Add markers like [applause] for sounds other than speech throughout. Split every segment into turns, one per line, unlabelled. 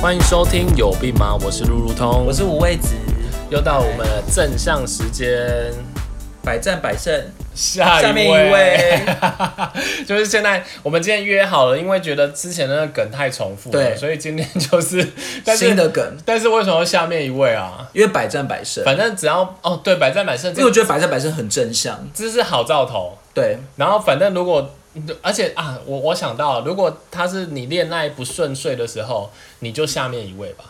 欢迎收听有病吗？我是路路通，
我是五味子，
又到我们的正向时间。
百战百胜。
下
下面一位
[laughs] 就是现在我们今天约好了，因为觉得之前那个梗太重复了，
对
所以今天就是 [laughs] 但是
新的梗，
但是为什么要下面一位啊？
因为百战百胜，
反正只要哦，对，百战百胜，
因为我
这
觉得百战百胜很正向。
这是好兆头。 [laughs]
对，
然后反正如果，而且啊，我我想到了，如果他是你恋爱不顺遂的时候，你就下面一位 [laughs] 吧。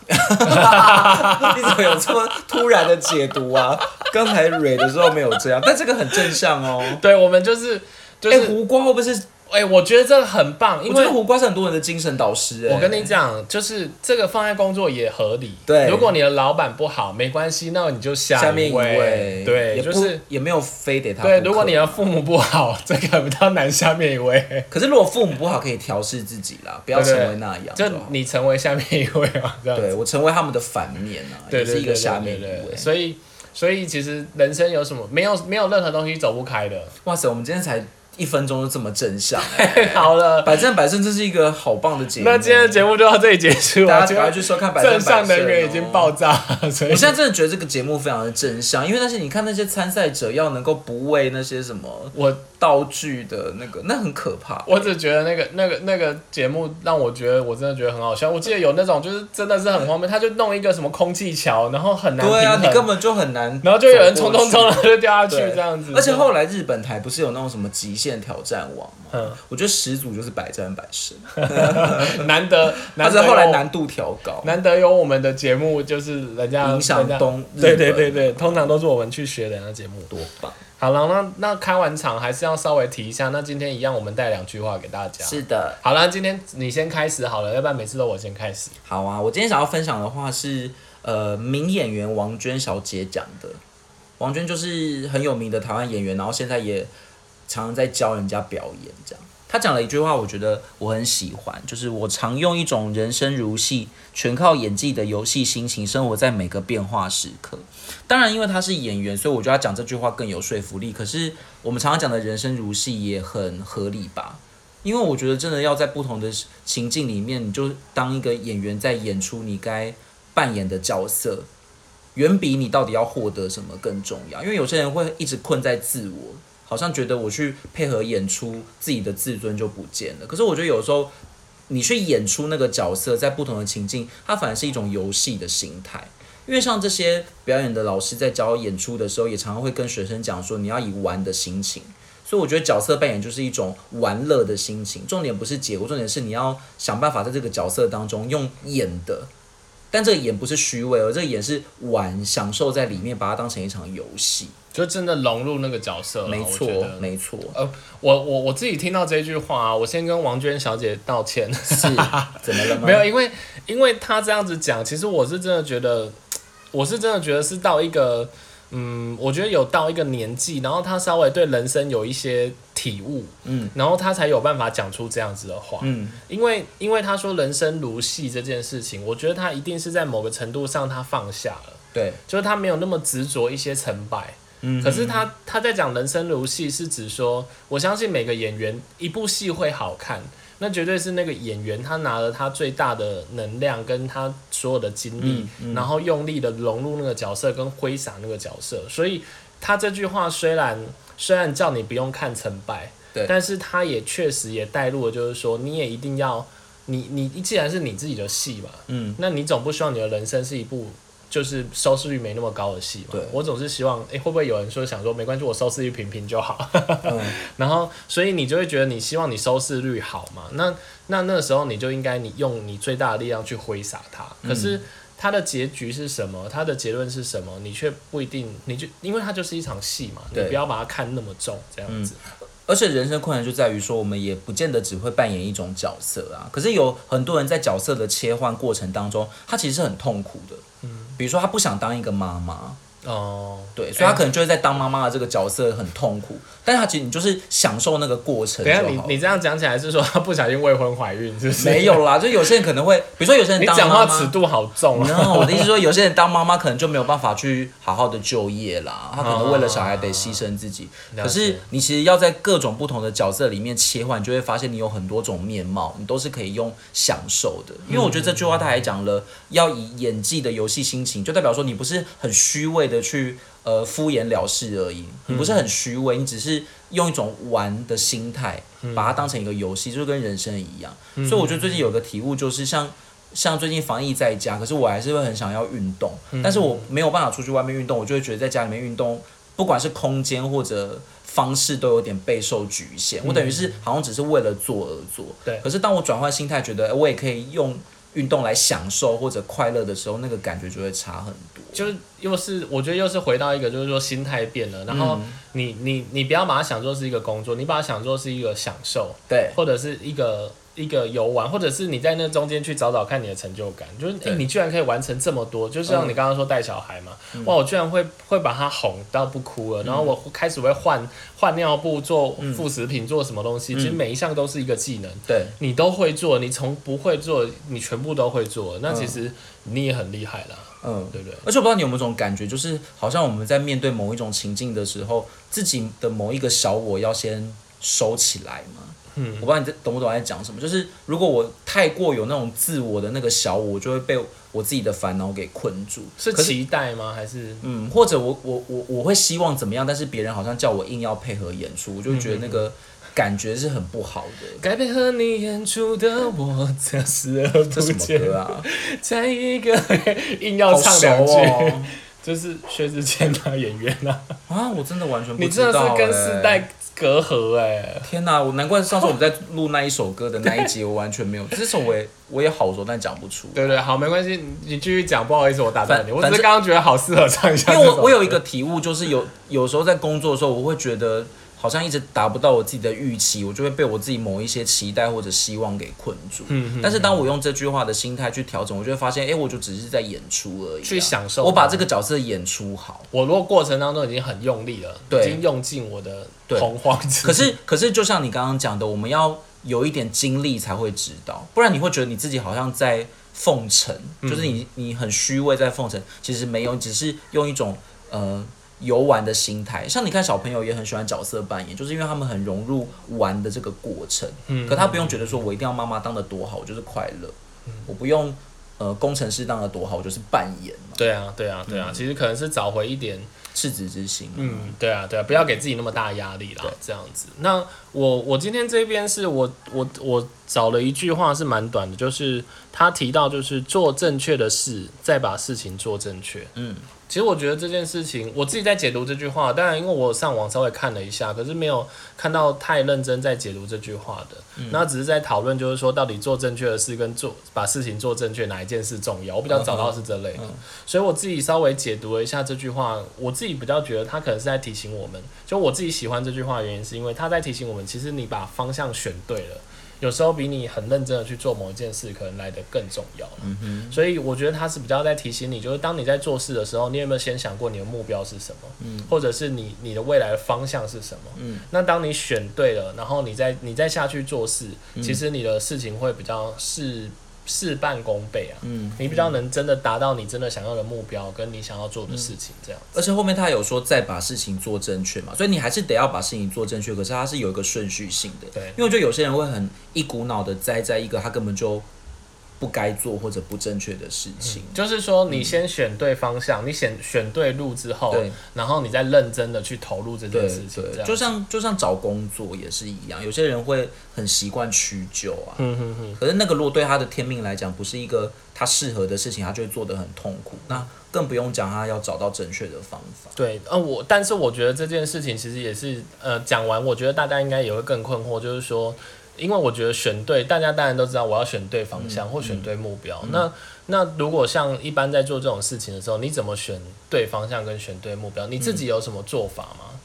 你怎么有这么突然的解读啊？刚才蕊的时候没有这样，但这个很正向哦。
对，我们就是就
哎、
是，
胡瓜会不会是？
哎、我觉得这个很棒，因
我觉
为
得胡瓜是很多人的精神导师、哎
我跟你讲，就是这个放在工作也合理。
对
如果你的老板不好，没关系，那你就下
下面
一
一位，
对，
也不
就是
也没有非得他不可。
对。如果你的父母不好，这个比较难。下面一位，
可是如果父母不好，可以调试自己啦，不要成为那样
就
好
你成为下面一位嘛，这样
对我成为他们的反面啊，
对对
也是
对
一
对
个下面
对
一
对
位
对。所以所以其实人生有什么没有没有任何东西走不开
[laughs]
的。
哇塞，我们今天才一分钟就这么正向、哎
好了，
[laughs] 百战百胜，这是一个好棒的节目。
那今天的节目就到这里结束啊
大
了。
家赶快去收看百战百
正
胜、哦。
向能源已经爆炸，所以
我现在真的觉得这个节目非常的正向，因为那些你看那些参赛者要能够不为那些什么
我
道具的那个，那很可怕。
我只觉得那个那个那个节目让我觉得我真的觉得很好笑。我记得有那种就是真的是很荒谬，他就弄一个什么空气桥，然后很难
对啊，
平
你
衡
根本就很难。
然后就有人冲冲冲，然
了，
后就掉下去
对
这样子。
而且后来日本台不是有那种什么极限挑战网吗？
嗯，
我觉得始祖就是百战百胜，
难得，
但
难
是
得
后来
有
难度调高。
难得有我们的节目，就是人家
影响
人家
东日
对
本
对对对，通常都是我们去学人家节目。
多棒！
好了，那那开完场还是要稍微提一下。那今天一样，我们带两句话给大家。
是的，
好了，今天你先开始好了，要不然每次都我先开始。
好啊，我今天想要分享的话是，呃，名演员王娟小姐讲的。王娟就是很有名的台湾演员，然后现在也常常在教人家表演这样。她讲了一句话，我觉得我很喜欢，就是我常用一种人生如戏，全靠演技的游戏心情生活在每个变化时刻。当然，因为她是演员，所以我觉得她讲这句话更有说服力。可是我们常常讲的人生如戏也很合理吧？因为我觉得真的要在不同的情境里面，你就当一个演员在演出你该扮演的角色，远比你到底要获得什么更重要。因为有些人会一直困在自我，好像觉得我去配合演出，自己的自尊就不见了。可是我觉得有时候你去演出那个角色，在不同的情境，它反而是一种游戏的形态。因为像这些表演的老师在教演出的时候，也常常会跟学生讲说，你要以玩的心情。所以我觉得角色扮演就是一种玩乐的心情，重点不是结果，重点是你要想办法在这个角色当中用演的，但这个演不是虚伪，而这个演是玩，享受在里面，把它当成一场游戏。
就真的融入那个角色了。
没错
啊我觉得，
没
[laughs]
错，
呃，我我我自己听到这句话、啊，我先跟王娟小姐道歉。 [laughs]
是嗯怎么了吗？
没有，因为因为她这样子讲，其实我是真的觉得，我是真的觉得是到一个，嗯，我觉得有到一个年纪，然后她稍微对人生有一些体悟，
嗯
然后她才有办法讲出这样子的话。
嗯，
因为因为她说人生如戏这件事情，我觉得她一定是在某个程度上她放下了。
对，
就是他没有那么执着一些成败。
嗯
可是他他在讲人生如戏，是指说，我相信每个演员一部戏会好看，那绝对是那个演员他拿了他最大的能量跟他所有的精力，
嗯
然后用力的融入那个角色跟挥洒那个角色。所以他这句话虽然虽然叫你不用看成败，
对
但是他也确实也带入了，就是说你也一定要。你你既然是你自己的戏嘛，
嗯，
那你总不希望你的人生是一部就是收视率没那么高的戏嘛。
对
我总是希望，诶，会不会有人说想说没关系，我收视率平平就好。 [laughs]
嗯
然后，所以你就会觉得你希望你收视率好嘛？那那那时候你就应该你用你最大的力量去挥洒它。
嗯
可是它的结局是什么？它的结论是什么？你却不一定，你就因为它就是一场戏嘛，你
对
不要把它看那么重，这样子。
而且人生困难就在于说，我们也不见得只会扮演一种角色啊。可是有很多人在角色的切换过程当中，他其实是很痛苦的。嗯，比如说他不想当一个妈妈，
哦、
对，所以他可能就会在当妈妈的这个角色很痛苦，但是他其实你就是享受那个过程就
等一
好
下
了。
你你这样讲起来是说她不小心未婚怀孕，是不是？
没，有啦，就有些人可能会，比如说有些
[laughs]
人
你
当
讲
妈
话
妈
尺度好重啊。
[laughs] 然后我的意思是说，有些人当妈妈可能就没有办法去好好的就业啦，他可能为了小孩得牺牲自己。
[laughs] 了解
可是你其实要在各种不同的角色里面切换，你就会发现你有很多种面貌，你都是可以用享受的。因为我觉得这句话他还讲了，要以演技的游戏心情，就代表说你不是很虚伪的去呃敷衍了事而已，你不是很虚伪，你只是用一种玩的心态
嗯
把它当成一个游戏，就跟人生一样。所以我觉得最近有个体悟就是像。像最近防疫在家，可是我还是会很想要运动，
嗯
但是我没有办法出去外面运动，我就会觉得在家里面运动，不管是空间或者方式都有点备受局限。我等于是好像只是为了做而做。
对
可是当我转换心态，觉得哎我也可以用运动来享受或者快乐的时候，那个感觉就会差很多。
就是又是我觉得又是回到一个，就是说心态变了，然后
嗯
你、你你不要把它想作是一个工作，你把它想作是一个享受，
对，
或者是一个一个游玩，或者是你在那中间去找找看你的成就感，就是哎、
对嗯
诶你居然可以完成这么多，就像你刚刚说带小孩嘛，哇，我居然会会把他哄到不哭
嗯
了，然后我开始会换换尿布、做副食品、做什么东
嗯
西，其实每一项都是一个技能。
对，
你都会做，你从不会做，你全部都会做，那其实你也很厉害啦，
嗯。
对不对？
而且我不知道你有没有这种感觉，就是好像我们在面对某一种情境的时候，自己的某一个小我要先收起来嘛。嗯，我不知道你在懂不懂我在讲什么。就是如果我太过有那种自我的那个小我，就会被我自己的烦恼给困住。
是
可是
期待吗？还是
嗯，或者我我我我会希望怎么样，但是别人好像叫我硬要配合演出，我就觉得那
嗯
个感觉是很不好
[laughs]
的。
该配合你演出的我，这视而
这
不
什么歌
见，
啊？
在一个硬要
好
唱
熟
两句，
哦！
就是薛之谦啊，演员啊，
[laughs] 啊，我真的完全不
你
知
真
道、
的是跟
欸
世代隔阂哎、
天哪、我难怪上次我们在录那一首歌的那一集，我完全没有。这首我也我也好熟，但讲不出。
对对，好，没关系，你你继续讲，不好意思，我打断你，
反
我只
反
是
正
刚刚觉得好适合唱一下
[laughs] 因
这
为
首歌，
我我有一个体悟，就是有有时候在工作的时候，我会觉得好像一直达不到我自己的预期，我就会被我自己某一些期待或者希望给困住。
嗯
但是当我用这句话的心态去调整，我就会发现，哎、我就只是在演出而已啊、
去享受
我把这个角色演出好。
我如果过程当中已经很用力了，
对
已经用尽我的
对
洪荒之力，
可是可是，就像你刚刚讲的，我们要有一点经历才会知道，不然你会觉得你自己好像在奉承，就是你你很虚伪在奉承，其实没有，你只是用一种呃游玩的心态。像你看小朋友也很喜欢角色扮演，就是因为他们很融入玩的这个过程，
嗯
可他不用觉得说我一定要妈妈当的多好，我就是快乐，我不用呃工程师当的多好，我就是扮演嘛，
对啊，对啊，对啊，其实可能是找回一点，
赤子之心。
嗯，对啊，对啊，不要给自己那么大压力啦，这样子。那我我今天这边是我我我找了一句话是蛮短的，就是他提到就是做正确的事，再把事情做正确。
嗯，
其实我觉得这件事情，我自己在解读这句话，当然因为我上网稍微看了一下，可是没有看到太认真在解读这句话的。那只是在讨论，就是说到底做正确的事跟做把事情做正确哪一件事重要？我比较找到是这类的，所以我自己稍微解读了一下这句话，我自己比较觉得他可能是在提醒我们，就我自己喜欢这句话的原因，是因为他在提醒我们，其实你把方向选对了。有时候比你很认真的去做某一件事，可能来得更重要。所以我觉得他是比较在提醒你，就是当你在做事的时候，你有没有先想过你的目标是什么？嗯，或者是你你的未来的方向是什么？嗯，那当你选对了，然后你再你再下去做事，其实你的事情会比较事事半功倍啊。嗯，你比较能真的达到你真的想要的目标，跟你想要做的事情，这样。
而且后面他有说再把事情做正确嘛，所以你还是得要把事情做正确，可是它是有一个顺序性的。
对
因为我觉得有些人会很一股脑的栽在一个他根本就不该做或者不正确的事情。
就是说，你先选对方向，你选选对路之后
对，
然后你再认真的去投入这件
对
事情，这
对，
样
就像就像找工作也是一样，有些人会很习惯屈就啊，
嗯
可是那个如果对他的天命来讲不是一个他适合的事情，他就会做得很痛苦。那更不用讲他要找到正确的方法。
对，呃，我但是我觉得这件事情其实也是，呃，讲完我觉得大家应该也会更困惑，就是说，因为我觉得选对，大家当然都知道我要选对方向
嗯
或选对目标。那那如果像一般在做这种事情的时候，你怎么选对方向跟选对目标？你
嗯
自己有什么做法吗？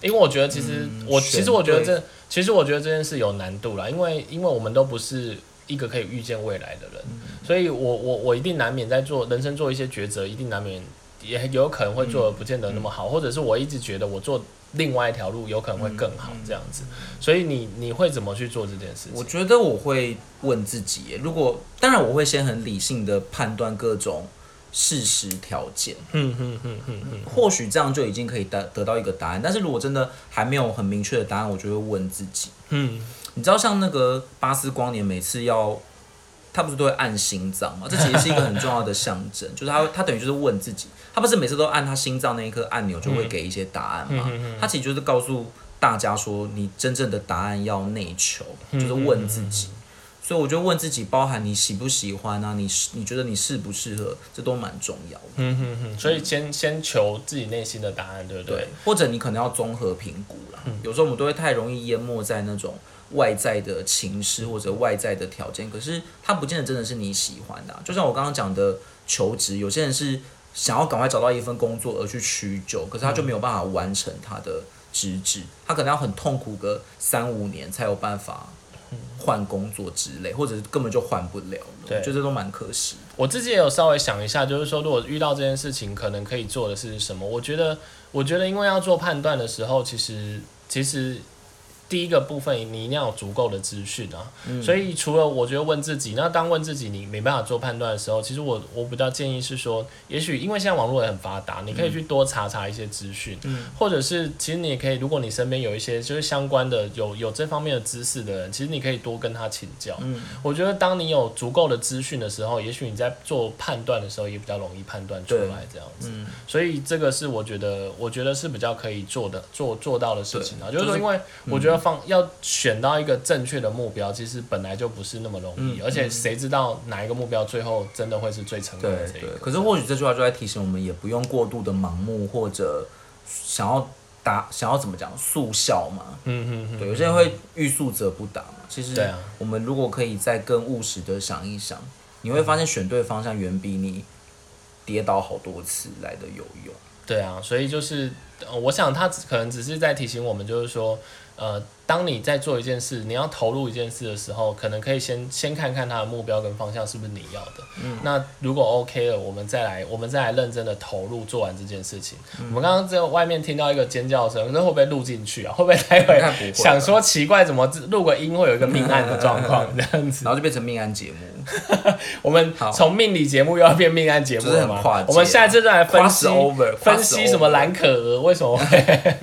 因为我觉得其实、我其
选
实我觉得
对
这其实我觉得这件事有难度啦，因为因为我们都不是一个
嗯
可以预见未来的人，所以我我我一定难免在做人生做一些抉择，一定难免也有可能会做的不见得那么好，或者是我一直觉得我做另外一条路有可能会更好这样子。所以你你会怎么去做这件事
我
情？
觉得我会问自己耶，如果当然我会先很理性的判断各种事实条件，
嗯嗯嗯嗯嗯，
或许这样就已经可以得得到一个答案。但是如果真的还没有很明确的答案，我就会问自己。
嗯，
你知道像那个巴斯光年每次要。他不是都会按心脏吗？这其实是一个很重要的象征，就是他他等于就是问自己，他不是每次都按他心脏那一颗按钮就会给一些答案吗？他其实就是告诉大家说，你真正的答案要内求，就是问自己。所以我就问自己，包含你喜不喜欢啊，你是你觉得你适不适合，这都蛮重要的。
嗯哼哼，所以先先求自己内心的答案，对不对？嗯
对，或者你可能要综合评估啦。有时候我们都会太容易淹没在那种外在的情势或者外在的条件，可是它不见得真的是你喜欢的啊、就像我刚刚讲的求职，有些人是想要赶快找到一份工作而去屈就，可是他就没有办法完成他的职志，他可能要很痛苦个三五年才有办法。换工作之类，或者是根本就换不了了，我
对
觉得这都蛮可惜的。
我自己也有稍微想一下，就是说，如果遇到这件事情，可能可以做的是什么？我觉得，我觉得，因为要做判断的时候，其实其实第一个部分，你一定要有足够的资讯啊。所以除了我觉得问自己，那当问自己你没办法做判断的时候，其实我我比较建议是说，也许因为现在网络也很发达，你可以去多查查一些资讯，或者是其实你也可以，如果你身边有一些就是相关的有有这方面的知识的人，其实你可以多跟他请教。我觉得当你有足够的资讯的时候，也许你在做判断的时候也比较容易判断出来这样子。所以这个是我觉得，我觉得是比较可以做的做做到的事情啊。就是
就
说，
是
因为我觉得方、要选到一个正确的目标，其实本来就不是那么容
嗯
易，而且谁知道哪一个目标最后真的会是最成功
对
的这一
对
个？，
可是或许这句话就在提醒我们，也不用过度的盲目或者想要达想要怎么讲速效嘛。
嗯嗯嗯，
对，有些人会欲速则不达嘛。其
对
实
啊
我们如果可以再更务实的想一想，你会发现选对方向远比你跌倒好多次来的有用。
对啊，所以就是，呃我想他只可能只是在提醒我们，就是说，呃，当你在做一件事，你要投入一件事的时候，可能可以先先看看它的目标跟方向是不是你要的。嗯，那如果 OK 了，我们再来，我们再来认真的投入做完这件事情。
嗯
我们刚刚在外面听到一个尖叫声，那会不会录进去啊？会不会待
应该不
会
会
想说奇怪，怎么录个音会有一个命案的状
[laughs]
况这样子？
然后就变成命案节目，
我们
好
从命理节目又要变命案节目了
就是
吗
很跨？界啊
我们下一次再来分
Cross
析
over，
分析
cross
什么
over
蓝可儿为什么会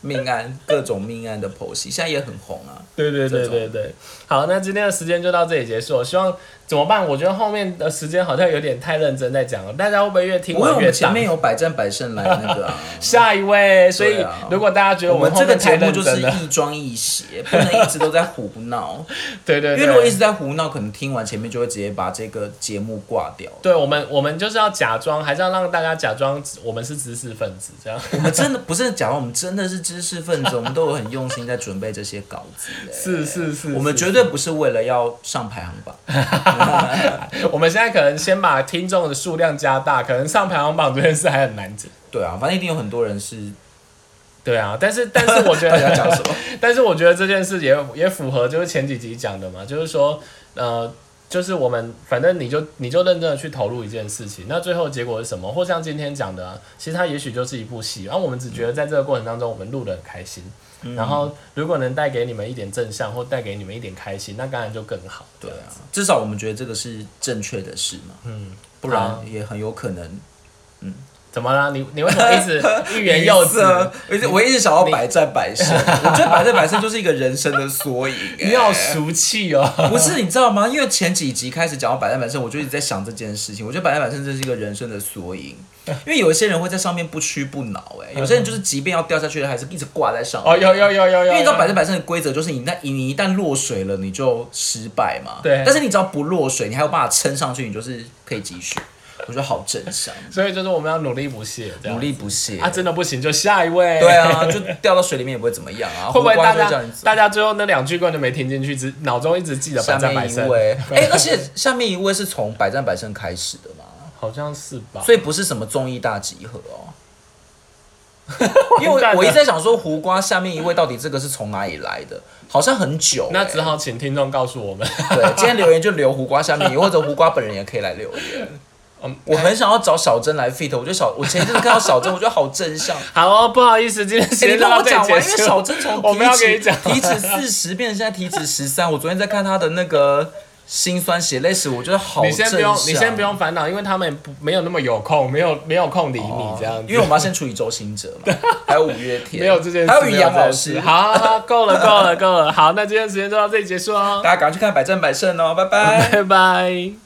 命案各种命案的剖析，现在也很红啊。
对对对
这种
对对，好，那今天的时间就到这里结束了。希望怎么办？我觉得后面的时间好像有点太认真在讲了，大家会不会越听
不会，我
越
们前
荡？
面有百战百胜来
[laughs]
那个啊。
下一位，所以
对啊
如果大家觉得
我们
后
这个
面太
节目
认
就是
真了，
亦庄亦邪，不能一直都在胡闹。
[laughs] 对对
因为如果一
对，
直在胡闹，可能听完前面就会直接把这个节目挂掉。
对我们我们就是要假装，还是要让大家假装我们是知识分子这样。 [laughs]
我们真的 [laughs] 不是假装，我们真的是知识分子，我们都有很用心在准备这些稿子嘞。
是是是，
我们
是
绝对 [laughs] 不是为了要上排行榜，
我们现在可能先把听众的数量加大，可能上排行榜这件事还很难讲。
对啊，反正一定有很多人是
对啊，但是但是我觉得 [laughs]
[laughs] 大家讲什么？
但是我觉得这件事也也符合就是前几集讲的嘛，就是说，呃，就是我们反正你就你就认真的去投入一件事情，那最后结果是什么？或像今天讲的、啊，其实它也许就是一部戏，然、后我们只觉得在这个过程当中我们录的很开心，
嗯
然后如果能带给你们一点正向或带给你们一点开心，那当然就更好。
对啊，至少我们觉得这个是正确的事嘛，
嗯，
不
好
然也很有可能
怎么啦？你你为什么
[laughs]
一直欲言又止？
色。而且我一直想要百战百 [laughs] 胜，我觉得百战百胜就是一个人生的缩影。哎
你好俗气
[laughs]
哦！ [laughs]
不是，你知道吗？因为前几集开始讲到百战百胜，我就一直在想这件事情。我觉得百战百胜这是一个人生的缩影，因为有一些人会在上面不屈不挠，哎，有些人就是即便要掉下去了，还是一直挂在上面。
嗯哦，有有有有有，
因为你知道百
有
战百胜的规则就是你那你一旦落水了，你就失败嘛。
对
但是你只要不落水，你还有办法撑上去，你就是可以继续。我觉得好正向，
所以就是我们要努力不懈，这样
努力不懈
啊，真的不行就下一位。
对啊，就掉到水里面也不会怎么样啊。
[laughs] 会不会
胡
大
瓜就会叫
家
你走
大家最后那两句根本就没听进去，只脑中一直记得百
下
战百
面一
胜？
位， [laughs] 哎、而且下面一位是从百战百胜开始的嘛，
好像是吧？
所以不是什么综艺大集合
[laughs]
哦。因为
完蛋了
我我一直在想说，胡瓜下面一位到底这个是从哪里来的？好像很久、
那
哎
只好请听众告诉我们。 [laughs]
对，今天留言就留胡瓜下面一位，或者胡瓜本人也可以来留言。
[laughs] 嗯，
我很想要找小珍来 fit，我觉得小我前一阵子看到小珍，我觉得好正
[laughs]
向。
好哦，不好意思，今天时
欸你
间就
让
到
我
这
讲
里
完，
结
因为
束。
小珍从
我
体
们要给你
脂
讲
体脂四十变成现在体脂十三，我昨天在看她的那个心酸血泪史，我觉得好
你先不用，
正
你先
向
不用烦恼，因为他们不没有那么有空，没有没有空理
哦
你这样子，
因为我们要先处理周星哲
[laughs]
嘛，还有五月天，
没有这件事，
还有于洋
没这
老
件
师
事。，好，好好够了， [laughs] 够了，够了。好，那今天时间就到这里结束哦，
大家赶快去看《百战百胜》哦，拜
[laughs]
拜。
拜拜。